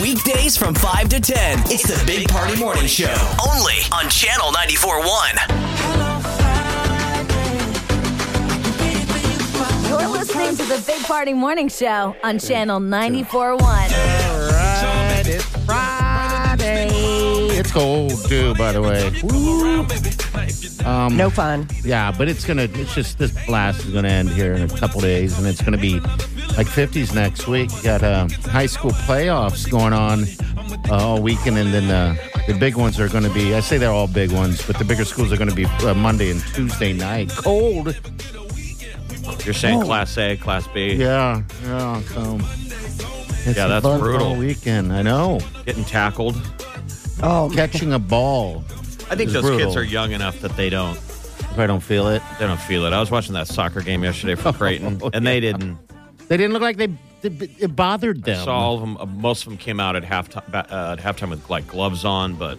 Weekdays from 5 to 10. It's the Big Party Morning Show. Only on Channel 94.1. You're listening to the Big Party Morning Show on Channel 94.1. Alright, it's Friday. It's cold too, by the way. Um, No fun. Yeah, but it's gonna. It's just this blast is gonna end here in a couple days, and it's gonna be like 50s next week. You got uh, high school playoffs going on uh, all weekend, and then uh, the big ones are gonna be. I say they're all big ones, but the bigger schools are gonna be uh, Monday and Tuesday night. Oh. Cold. You're saying Class A, Class B. Yeah, yeah. So. It's Yeah, that's a buzz brutal. all weekend. I know. Getting tackled. Oh, Catching a ball. I think It's those kids brutal. are young enough that they don't If I don't feel it. they don't feel it. I was watching that soccer game yesterday Oh, for Creighton, and they didn't. They didn't look like they, they it bothered them. Saw all of them. uh, Most of them came out at halftime, ba- uh, at halftime with like gloves on, but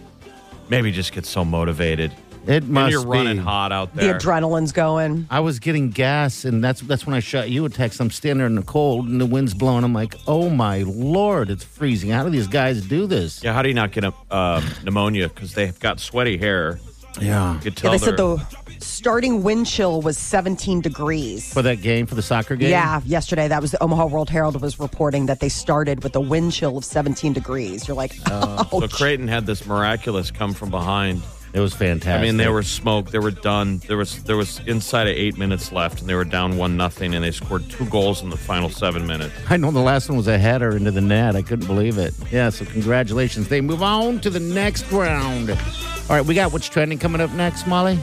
maybe just get so motivated. It And must you're be. running hot out the there. adrenaline's going. I was getting gas, and that's that's when I shot you a text. I'm standing there in the cold, and the wind's blowing. I'm like, oh my lord, it's freezing. How do these guys do this? yeah, how do you not get a um, pneumonia? Because they've got sweaty hair. Yeah. You could tell Yeah, they said they're- the starting wind chill was 17 degrees. For that game, for the soccer game. Yeah, yesterday that was the Omaha World Herald was reporting that they started with a wind chill of 17 degrees. You're like, oh, So Creighton had this miraculous come from behind. it was fantastic. I mean, they were smoked. They were done. There was there was inside of eight minutes left, and they were down one nothing, and they scored two goals in the final seven minutes. I know the last one was a header into the net. I couldn't believe it. Yeah. So congratulations. They move on to the next round. All right, we got what's trending coming up next, Molly.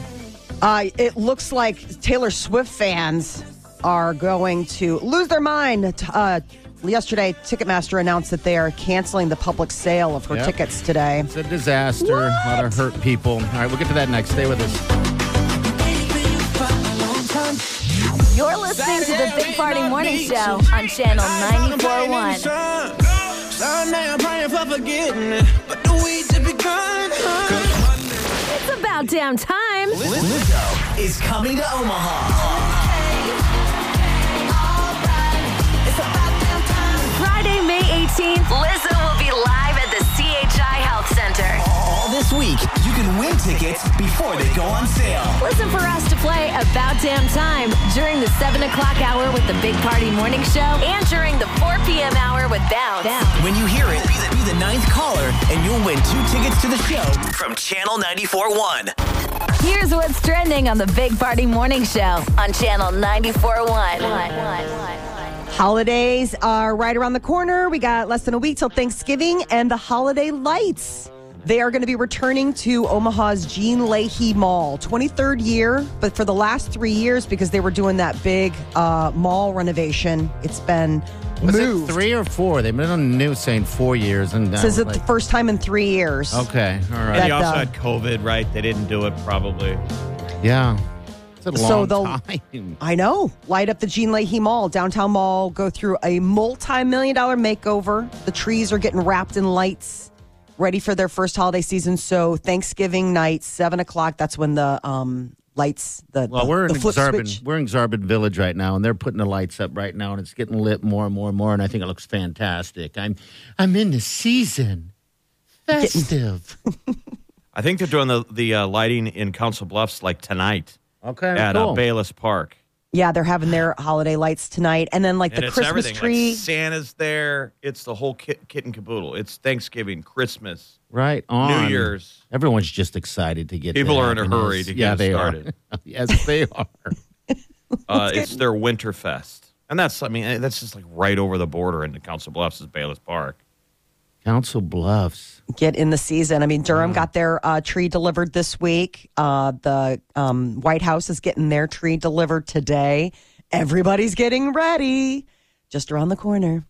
Uh, it looks like Taylor Swift fans are going to lose their mind. Uh, yesterday, Ticketmaster announced that they are canceling the public sale of her Yep. tickets today. It's a disaster. A lot of hurt people. All right, we'll get to that next. Stay with us. You're listening to the Big Party Morning Show on Channel 94.1. Sunday, I'm praying for forgiveness, but the weeds have begun. It's about damn time. Lizzo is coming to Omaha. Friday, May 18th, Lizzo will be live at the CHI Health Center. All this week, you can win tickets before they go on sale. Listen for us to play About Damn Time during the 7 o'clock hour with the Big Party Morning Show and during the 4 p.m. hour with Bounce. When you hear it, be the, be the ninth caller, and you'll win two tickets to the show from Channel 94.1. Here's what's trending on the Big Party Morning Show on Channel 94.1. Holidays are right around the corner. We got less than a week till Thanksgiving and the holiday lights. They are going to be returning to Omaha's Jean Leahy Mall, 23rd year, but for the last three years, because they were doing that big uh, mall renovation, it's been Was moved. it three or four? They've been on the news saying four years. And I This was is the like, first time in three years. okay, all right, And That- they also uh, had COVID, right? They didn't do it probably. yeah. It's a So long they'll- time. I know. Light up the Jean Leahy Mall, downtown mall, go through a multi million dollar makeover. The trees are getting wrapped in lights. ready for their first holiday season. So Thanksgiving night, seven o'clock. That's when the um, lights. The Well, the, we're in the flip Exarban. switch. We're in Exarban Village right now, and they're putting the lights up right now, and it's getting lit more and more and more. And I think it looks fantastic. I'm, I'm in the season, festive. I think they're doing the the uh, lighting in Council Bluffs like tonight Okay, Oh, at uh, cool. Bayless Park. Yeah, they're having their holiday lights tonight, and then like And the it's Christmas everything. tree. Like Santa's there. It's the whole kit, kit and caboodle. It's Thanksgiving, Christmas, right on New Year's. Everyone's just excited to get. People to are in a happiness. hurry to get yeah, it they started. Are. yes, they are. Uh, it's their Winterfest, and that's I mean that's just like right over the border into Council Bluffs is Bayless Park. Council Bluffs. get in the season. I mean, Durham Mm. got their uh, tree delivered this week. Uh, the um, White House is getting their tree delivered today. Everybody's getting ready. Just around the corner.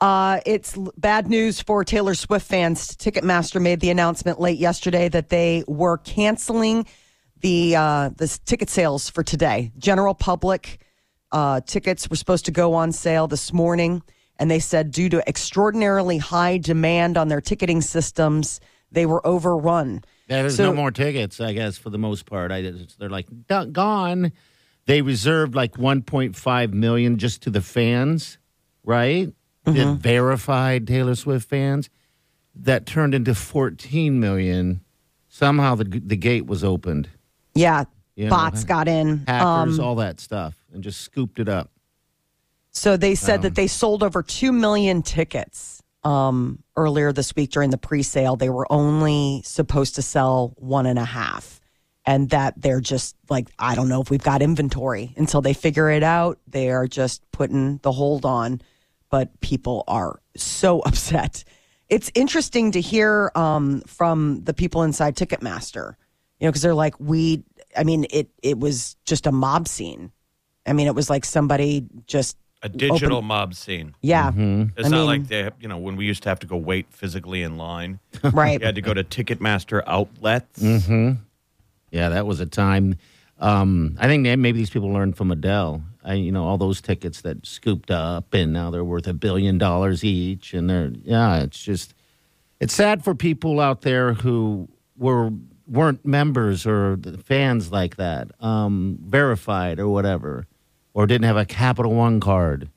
Uh, it's l- bad news for Taylor Swift fans. Ticketmaster made the announcement late yesterday that they were canceling the uh, the s- ticket sales for today. General public uh, tickets were supposed to go on sale this morning, and they said due to extraordinarily high demand on their ticketing systems, they were overrun. There's So- no more tickets, I guess, for the most part. I they're like "Done- gone. They reserved like 1.5 million just to the fans, right? The verified Taylor Swift fans. That turned into 14 million. Somehow the the gate was opened. Yeah, Yeah, bots hack- got in. Hackers, all that stuff, and just scooped it up. So they said that they sold over 2 million tickets um, earlier this week during the pre sale. They were only supposed to sell one and a half. And that they're just like, I don't know if we've got inventory until they figure it out. They are just putting the hold on. But people are so upset. It's interesting to hear um, from the people inside Ticketmaster, you know, because they're like, we, I mean, it, it was just a mob scene. I mean, it was like somebody just A digital mob scene. yeah. It's I not mean- like they have, you know when we used to have to go wait physically in line. Right. Mm-hmm. You had to go to Ticketmaster outlets. Yeah, that was a time. Um, I think that maybe these people learned from Adele. I, you know, all those tickets that scooped up, and now they're worth a billion dollars each. And they're yeah, it's just it's sad for people out there who were weren't members or the fans like that, um, verified or whatever, or didn't have a Capital One card,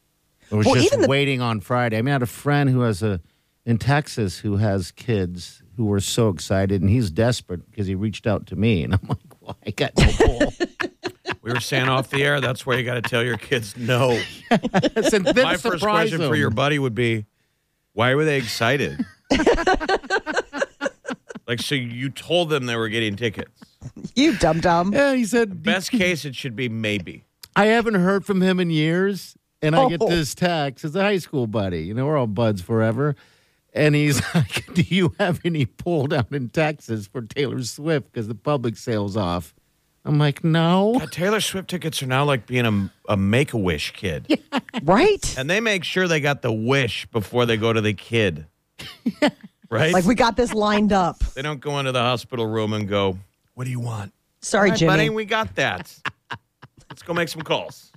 or was Well, just even the- waiting on Friday. I mean, I had a friend who has a in Texas who has kids who were so excited, and he's desperate because he reached out to me, and I'm like, well, I got no ball. We were saying off the air. That's where you got to tell your kids no. and then My first surprise question him. for your buddy would be, why were they excited? like, so you told them they were getting tickets. You dumb dumb. yeah, he said Best case, it should be maybe. I haven't heard from him in years, and I get Oh. this text. It's a high school buddy. You know, we're all buds forever. And he's like, Do you have any pull down in Texas for Taylor Swift? Because the public sale's off. I'm like, No. But Taylor Swift tickets are now like being a, a make a wish kid. Right? And they make sure they got the wish before they go to the kid. right? Like we got this lined up. they don't go into the hospital room and go, What do you want? Sorry, All right, buddy, Jimmy. we got that. Let's go make some calls.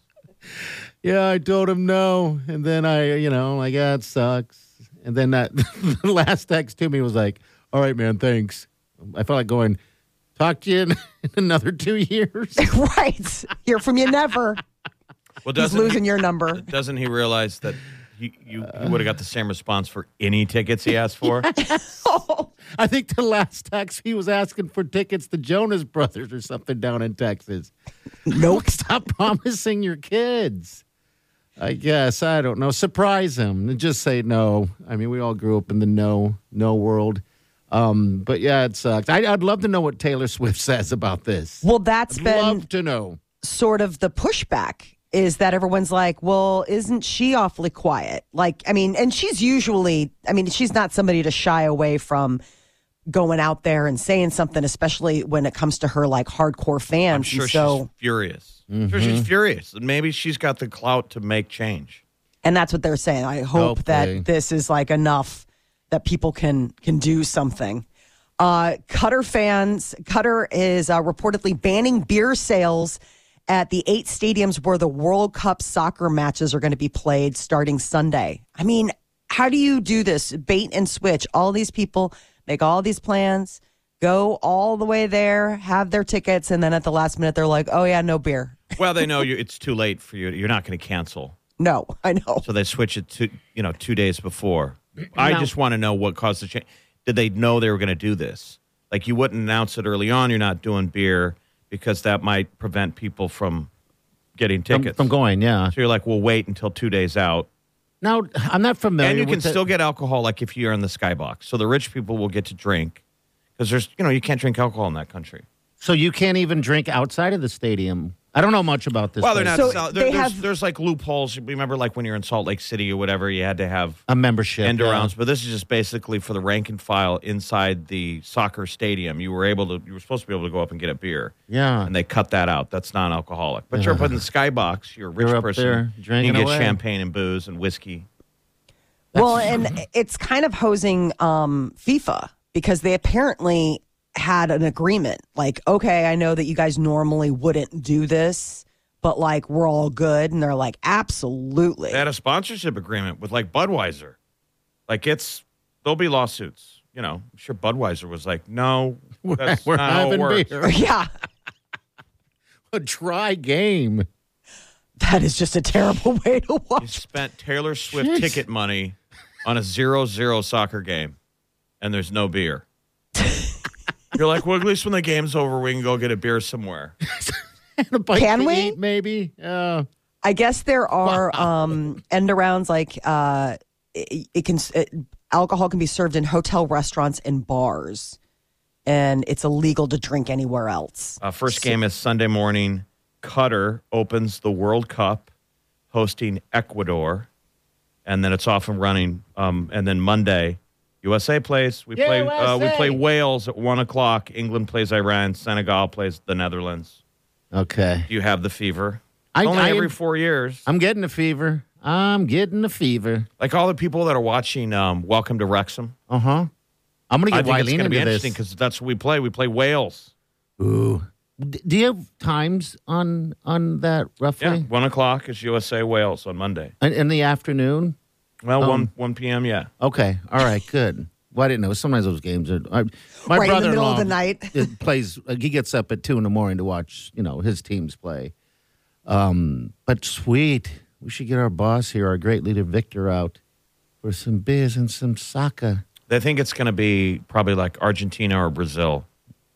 Yeah, I told him no. And then I, you know, like, Yeah, it sucks. And then that the last text to me was like, All right, man, thanks. I felt like going, Talk to you in, in another two years. right. Hear from you never. Well, He's doesn't losing he, your number. doesn't he realize that he, you, you would have got the same response for any tickets he asked for? I think the last text he was asking for tickets to Jonas Brothers or something down in Texas. Nope. Stop promising your kids. I guess I don't know. Surprise him and just say no. I mean, we all grew up in the no no world. Um, but yeah, it sucks. I, I'd love to know what Taylor Swift says about this. Well, that's I'd been love to know. sort of the pushback is that everyone's like, well, isn't she awfully quiet? Like, I mean, and she's usually, I mean, she's not somebody to shy away from going out there and saying something, especially when it comes to her like hardcore fans. I'm sure and so, she's furious. I'm Sure, she's furious. And maybe she's got the clout to make change. and that's what they're saying i hope Hopefully. that this is like enough that people can can do something uh cutter fans cutter is uh, reportedly banning beer sales at the eight stadiums where the world cup soccer matches are going to be played starting sunday i mean how do you do this bait and switch all these people make all these plans, go all the way there, have their tickets, and then at the last minute they're like, "Oh yeah, no beer." Well, they know you, it's too late for you. You're not going to cancel, No, I know. so they switch it to you know two days before. I No. just want to know what caused the change. Did they know they were going to do this? Like you wouldn't announce it early on. You're not doing beer because that might prevent people from getting I'm, tickets. going, yeah. So you're like, we'll wait until two days out. Now, I'm not familiar and you with can the- still get alcohol like if you're in the skybox so the rich people will get to drink because there's you know you can't drink alcohol in that country So you can't even drink outside of the stadium. I don't know much about this. well they're place. not So sell- they there, there's, have- there's like loopholes remember like when you're in salt lake city or whatever you had to have a membership. end yeah. arounds but this is just basically for the rank and file inside the soccer stadium you were able to you were supposed to be able to go up and get a beer Yeah. and they cut that out that's non-alcoholic but you're up in the skybox you're a rich You're up person there drinking you can away. get champagne and booze and whiskey Well, and it's kind of hosing um, FIFA because they apparently had an agreement. Like, okay, I know that you guys normally wouldn't do this, but like, we're all good. And they're like, absolutely. they had a sponsorship agreement with like Budweiser. Like it's there'll be lawsuits. You know, I'm sure Budweiser was like, no, that's We're not how it having works. beer. yeah, A dry game. that is just a terrible way to You watch. spent Taylor Swift Jeez. ticket money on a zero-zero soccer game, and there's no beer. You're like, well, at least when the game's over, we can go get a beer somewhere. And a bite Can to we? eat, maybe. Uh, Yeah. I guess there are um, end arounds like uh, it, it can it, alcohol can be served in hotel restaurants and bars, and it's illegal to drink anywhere else. Uh, first game is Sunday morning. Qatar opens the World Cup, hosting Ecuador, and then it's off and running. Um, and then Monday, USA plays. We play. Uh, we play USA. Wales at one o'clock. England plays Iran. Senegal plays the Netherlands. Okay. Do you have the fever? I- Only I am- every four years. I'm getting a fever. I'm getting a fever. like all the people that are watching um, Welcome to Wrexham. Uh huh. I'm gonna I get think it's Wileen going to into be this. interesting because that's what we play. We play Wales. Ooh. D- do you have times on on that roughly? Yeah, one o'clock is USA Wales on Monday. In, in the afternoon. Well, Um, one one p.m. Yeah. Okay. All right. Good. Well, I didn't know. Sometimes those games are. I, my Right in the brother middle of the night. plays. uh, He gets up at two in the morning to watch. You know his teams play. Um, but sweet, we should get our boss here, our great leader Victor, out for some beers and some soccer. They think it's going to be probably like Argentina or Brazil.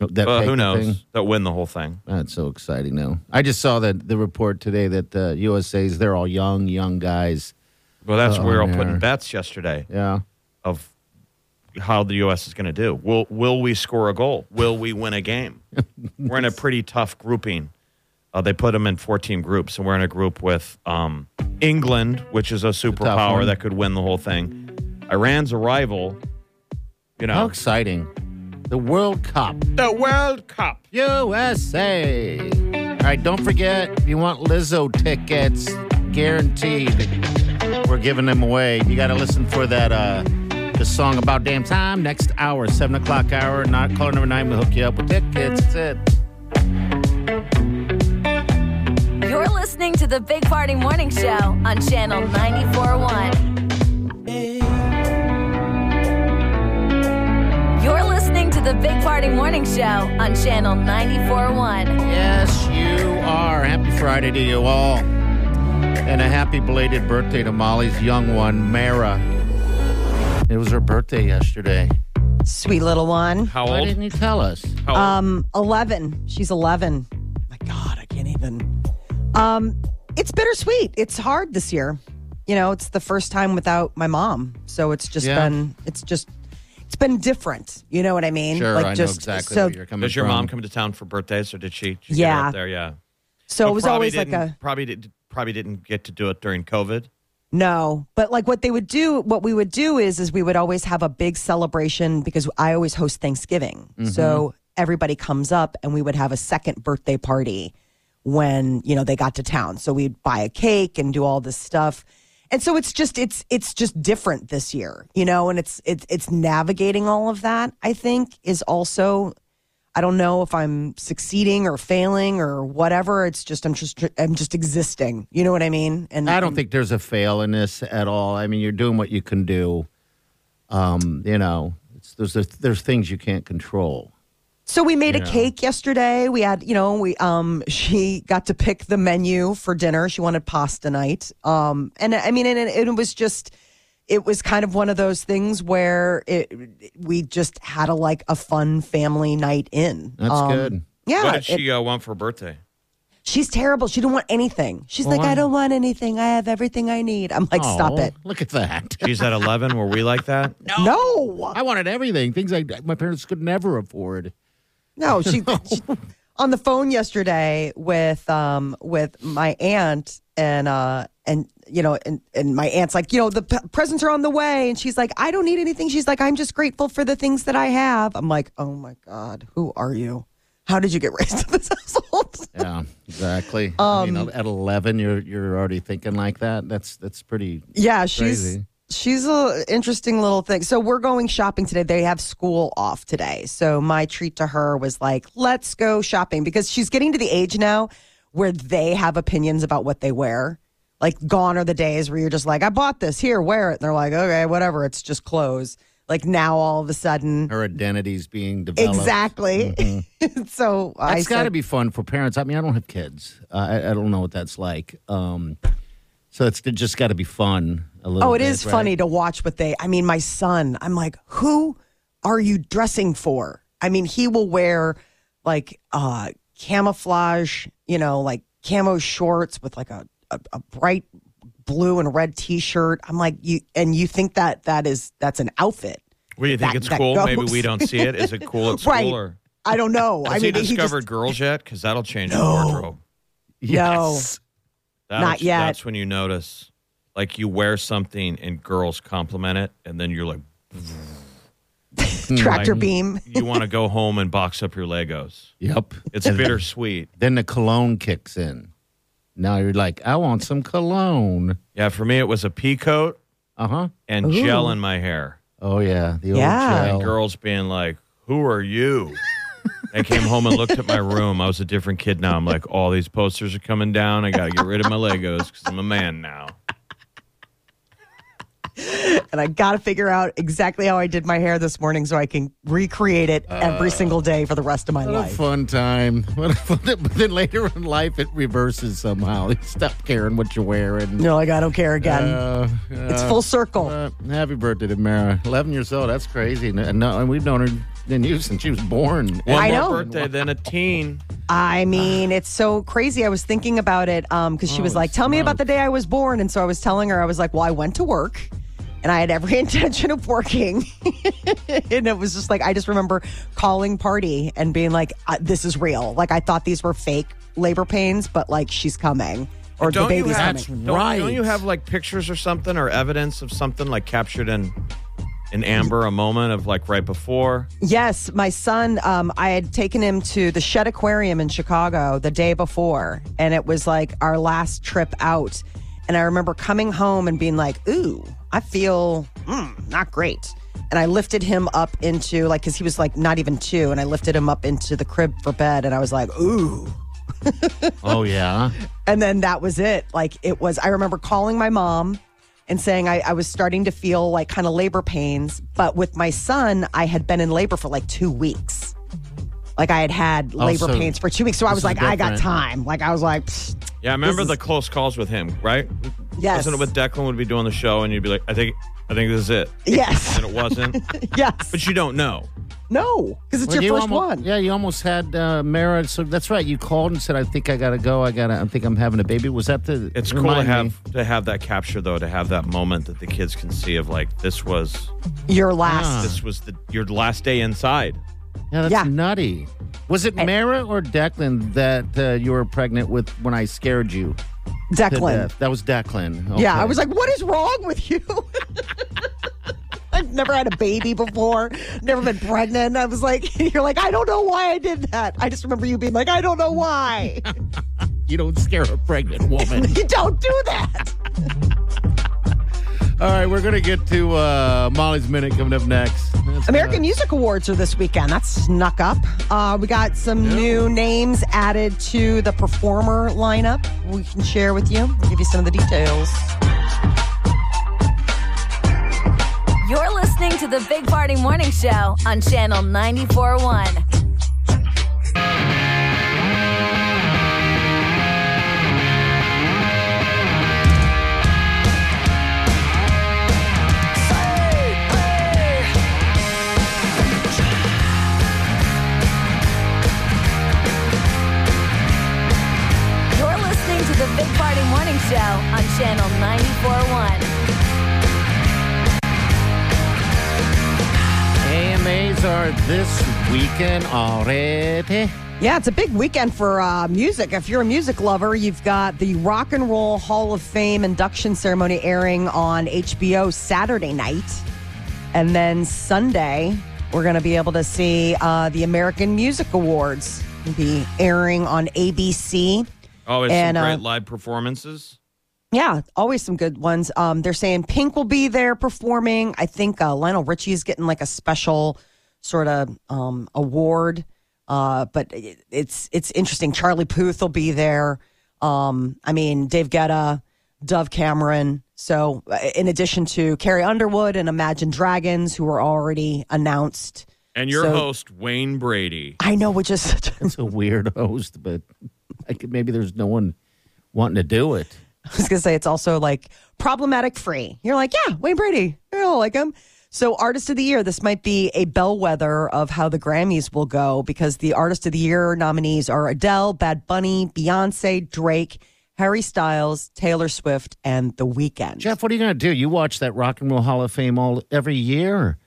Oh, That But who paper thing. knows? They'll win the whole thing. That's so exciting now. I just saw that the report today that uh, the USA's they're all young, young guys. Well, that's where we were all Oh, putting man. bets yesterday Yeah. of how the U.S. is going to do. Will Will we score a goal? Will we win a game? we're in a pretty tough grouping. Uh, they put them in four team groups, and we're in a group with um, England, which is a superpower one. that could win the whole thing. Iran's a rival. You How know, exciting. The World Cup. the World Cup. USA. All right, don't forget, if you want Lizzo tickets, guaranteed, we're giving them away. You got to listen for that uh, the song about damn time next hour, seven o'clock hour. Not caller number nine. We'll hook you up with tickets. That's it. You're listening to the Big Party Morning Show on Channel 94.1. You're listening to the Big Party Morning Show on Channel 94.1. Yes, you are. Happy Friday to you all, and a happy belated birthday to Molly's young one, Mara. It was her birthday yesterday. Sweet little one. How Why old? didn't you tell us? How old? Um, eleven. She's eleven. My God, I can't even. Um, it's bittersweet. It's hard this year. You know, it's the first time without my mom, so it's just Yeah. been. It's just. It's been different. You know what I mean? Sure, I know just, exactly So, where you're coming Does your from. mom come to town for birthdays, or did she? she get her Yeah. up there, yeah. so But it was probably always like didn't- a probably did probably didn't get to do it during COVID. no. But like what they would do, what we would do is, is we would always have a big celebration because I always host Thanksgiving. So everybody comes up, and we would have a second birthday party. when you know they got to town so we'd buy a cake and do all this stuff and so it's just it's it's just different this year you know and it's it's it's navigating all of that i think is also i don't know if i'm succeeding or failing or whatever it's just i'm just i'm just existing you know what i mean and I don't think there's a fail in this at all. I mean, you're doing what you can do. Um, you know, it's There's there's things you can't control. So we made a cake yesterday. We had, you know, we um she got to pick the menu for dinner. She wanted pasta night. Um and I mean and it, it was just it was kind of one of those things where it we just had a like a fun family night in. That's Um, good. Yeah. what did it- she uh, want for birthday? she's terrible. She didn't want anything. She's like, I don't want anything. I have everything I need. I'm like, stop Aw, it. Look at that. She's at 11. Were we like that? No. I wanted everything. Things I, my parents could never afford. No, she, she- on the phone yesterday with um with my aunt and uh and you know and and my aunt's like you know the p- presents are on the way and she's like I don't need anything she's like I'm just grateful for the things that I have I'm like oh my god who are you how did you get raised in this household Yeah, exactly. I mean, Um, at eleven, you're you're already thinking like that. That's that's pretty. yeah she's Crazy. she's a interesting little thing so we're going shopping today they have school off today so my treat to her was like let's go shopping because she's getting to the age now where they have opinions about what they wear like gone are the days where you're just like i bought this here wear it and they're like okay whatever it's just clothes like now all of a sudden Her identity's being developed. exactly so i That's got to said be fun for parents. I mean, I don't have kids. Uh, I, I don't know what that's like. Um, so it's it just got to be fun. A little. oh it bit, is right? funny to watch what they i mean my son i'm like who are you dressing for i mean he will wear like uh camouflage you know like camo shorts with like a, a, a bright blue and red t-shirt i'm like you and you think that that is that's an outfit What do you think That- it's that cool? Maybe goes. we don't see it. Is it cool at school? Right. Or i don't know i has he mean just- discovered girls yet? Because that'll change the wardrobe. No. That'll- Not yet. That's when you notice, like you wear something and girls compliment it, and then you're like, Hmm, tractor beam you want to go home and box up your Legos. Yep. It's bittersweet. Then the cologne kicks in. Now you're like, I want some cologne. Yeah, for me it was a pea coat Uh huh. and gel in my hair. Oh yeah, the old Yeah. gel. and girls being like, "Who are you?" I came home and looked at my room. I was a different kid now. I'm like, all these posters are coming down. I got to get rid of my Legos because I'm a man now. and i gotta figure out exactly how i did my hair this morning so i can recreate it Uh. every single day for the rest of my What a life fun time. What a fun, but then later in life, it reverses somehow. You stop caring what you're wearing. no like i don't care again Uh, it's uh, full circle uh, happy birthday to Mara. 11 years old. That's crazy. And, no, and we've known her than you since she was born. One more I know. birthday, then a teen. Ah. I mean, it's so crazy. I was thinking about it because she Oh, was like, "Tell me about the day I was born," and so I was telling her, I was like, "Well, I went to work." And I had every intention of working. and it was just like, I just remember calling party and being like, uh, this is real. Like, I thought these were fake labor pains, but like, she's coming or the Don't you baby's have? coming. don't- right. Don't you have like pictures or something or evidence of something like captured in in amber a moment of like right before? Yes, my son, um, I had taken him to the Shed Aquarium in Chicago the day before, and it was like our last trip out. And I remember coming home and being like, ooh, I feel mm, not great. And I lifted him up into, like, because he was like not even two, and I lifted him up into the crib for bed, and I was like, ooh. Oh, yeah. And then that was it. Like it was, I remember calling my mom and saying I, I was starting to feel like kind of labor pains. But with my son, I had been in labor for like two weeks. Like I had had labor Oh, so pains for two weeks. So I was is like, I got different. time. Like I was like, pfft, Yeah, I remember is- the close calls with him, right? Yes. Wasn't it with Declan would be doing the show and you'd be like, I think I think this is it. yes, And it wasn't. yes. but you don't know. no, because it's Well, you your first almo- one. Yeah, you almost had uh, Mara. So that's right. You called and said, I think I got to go. I got to, I think I'm having a baby. Was that the. It's cool to remind me. have to have that capture though, to have that moment that the kids can see of like this was Your last. this was the your last day inside. Yeah, that's Yeah. nutty. Was it Mara or Declan that uh, you were pregnant with when I scared you? Ah. to Declan. death? That was Declan. Yeah, I Okay. was like, what is wrong with you? I've never had a baby before, never been pregnant. I was like, you're like, I don't know why I did that. I just remember you being like, I don't know why. you don't scare a pregnant woman. you don't do that. All right, we're going to get to uh, Molly's Minute coming up next. That's American nuts. Music Awards are this weekend. That snuck up. Uh, we got some new names added to the performer lineup we can share with you, give you some of the details. You're listening to the Big Party Morning Show on Channel 94.1. You're listening to the Big Party Morning Show on Channel 94.1. AMAs are this weekend already. Yeah, it's a big weekend for uh, music. If you're a music lover, you've got the Rock and Roll Hall of Fame induction ceremony airing on HBO Saturday night. And then Sunday, we're going to be able to see uh, the American Music Awards be airing on ABC. Oh, it's And, uh, some great live performances. Yeah, always some good ones. Um, they're saying Pink will be there performing. I think uh, Lionel Richie is getting like a special sort of um, award. Uh, but it, it's it's interesting. Charlie Puth will be there. Um, I mean, Dave Guetta, Dove Cameron. So, uh, in addition to Carrie Underwood and Imagine Dragons, who are already announced, And your So- host, Wayne Brady. I know, which is such It's a weird host, but I could, maybe there's no one wanting to do it. I was gonna say it's also like problematic free. You're like, yeah, Wayne Brady. I don't like him. So, artist of the year. This might be a bellwether of how the Grammys will go because the artist of the year nominees are Adele, Bad Bunny, Beyonce, Drake, Harry Styles, Taylor Swift, and The Weeknd. Jeff, what are you going to do? You watch that Rock and Roll Hall of Fame all every year,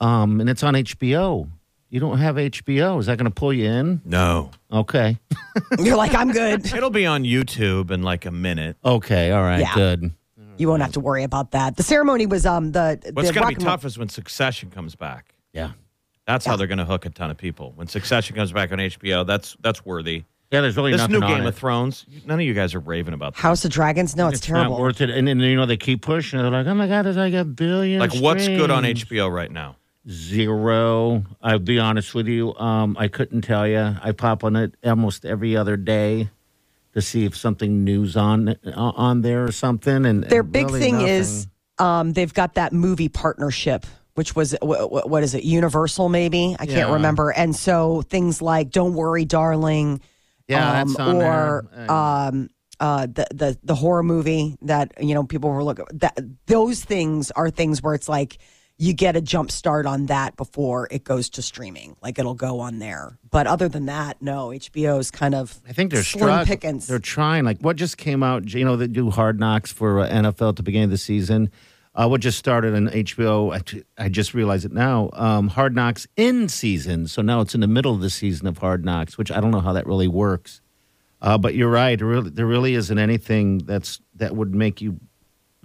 um, and it's on HBO. You don't have HBO. Is that going to pull you in? No. Okay. You're like, I'm good. It'll be on YouTube in like a minute. Okay. All right. Yeah. Good. You won't have to worry about that. The ceremony was um the. What's the going rock to be and roll- tough is when Succession comes back. Yeah. That's how they're going to hook a ton of people. When Succession comes back on HBO, that's that's worthy. Yeah. There's really This nothing new on Game it. of Thrones, none of you guys are raving about that. House of Dragons. No, it's, It's terrible. not worth it. And then you know they keep pushing. They're like, oh my god, there's like a billion. Like, what's good on streams. HBO right now? Zero. I'll be honest with you. Um, I couldn't tell you. I pop on it almost every other day to see if something new's on uh, on there or something. And Their and big really thing nothing. is um, they've got that movie partnership, which was wh- wh- what is it? Universal, maybe I can't Yeah. remember. And so things like "Don't Worry, Darling," yeah, um, that's on or there. Uh, um, uh, the the the horror movie that you know people were looking. That those things are things where it's like you get a jump start on that before it goes to streaming. Like it'll go on there. But other than that, no. HBO's kind of I think they're slim struggling. pickings. They're trying. Like what just came out, you know, they do hard knocks for uh, NFL at the beginning of the season. Uh, what just started on HBO, I, t- I just realized it now. Um, hard knocks in season, so now it's in the middle of the season of hard knocks, which I don't know how that really works. Uh, but you're right. There really, there really isn't anything that's that would make you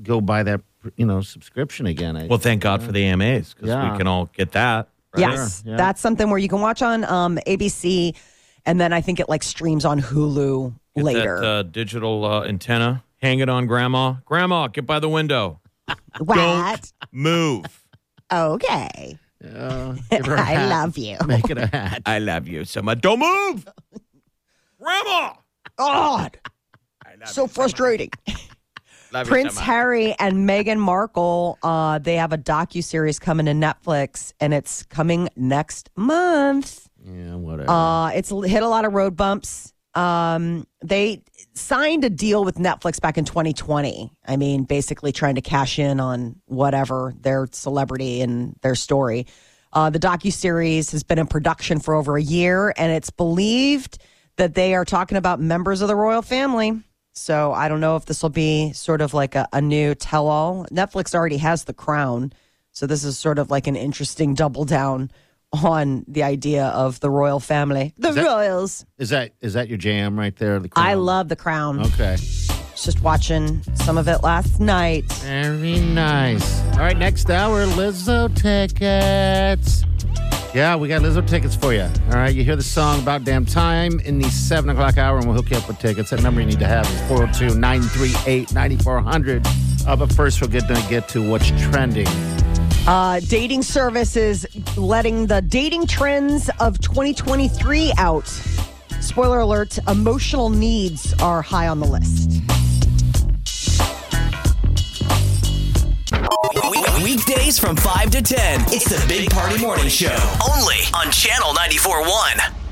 go buy that you know subscription again. I, Well, thank God for the AMAs because Yeah. we can all get that. right? Yes, Yeah. that's something where you can watch on um, ABC, and then I think it like streams on Hulu Get later. That, uh, digital uh, antenna. Hang it on Grandma. Grandma, get by the window. what? Move. Okay, Uh, I love you. Make it a hat. I love you so much. Don't move. Grandma. God, I love so you frustrating. much. Love you so Prince much. Harry and Meghan Markle, uh, they have a docu series coming to Netflix, and it's coming next month. Yeah, whatever. Uh, it's l- hit a lot of road bumps. Um, they signed a deal with Netflix back in 2020. I mean, basically trying to cash in on whatever their celebrity and their story. Uh, the docu series has been in production for over a year, and it's believed that they are talking about members of the royal family. So I don't know if this will be sort of like a, a new tell-all. Netflix already has The Crown, so this is sort of like an interesting double down on the idea of the royal family, the that- royals. is that is that your jam right there? The I crown? love The Crown. Okay. Was Just watching some of it last night. Very nice. All right, next hour, Lizzo tickets. Yeah, we got Lizzo tickets for you. All right, you hear the song About Damn Time in the 7 o'clock hour, and we'll hook you up with tickets. That number you need to have is 402 938 9400. But first, we're going to get to what's trending. Uh, dating services letting the dating trends of 2023 out. Spoiler alert: emotional needs are high on the list. We, we Weekdays from 5 to 10. It's the Big Party Morning Show. Only on Channel 94.1.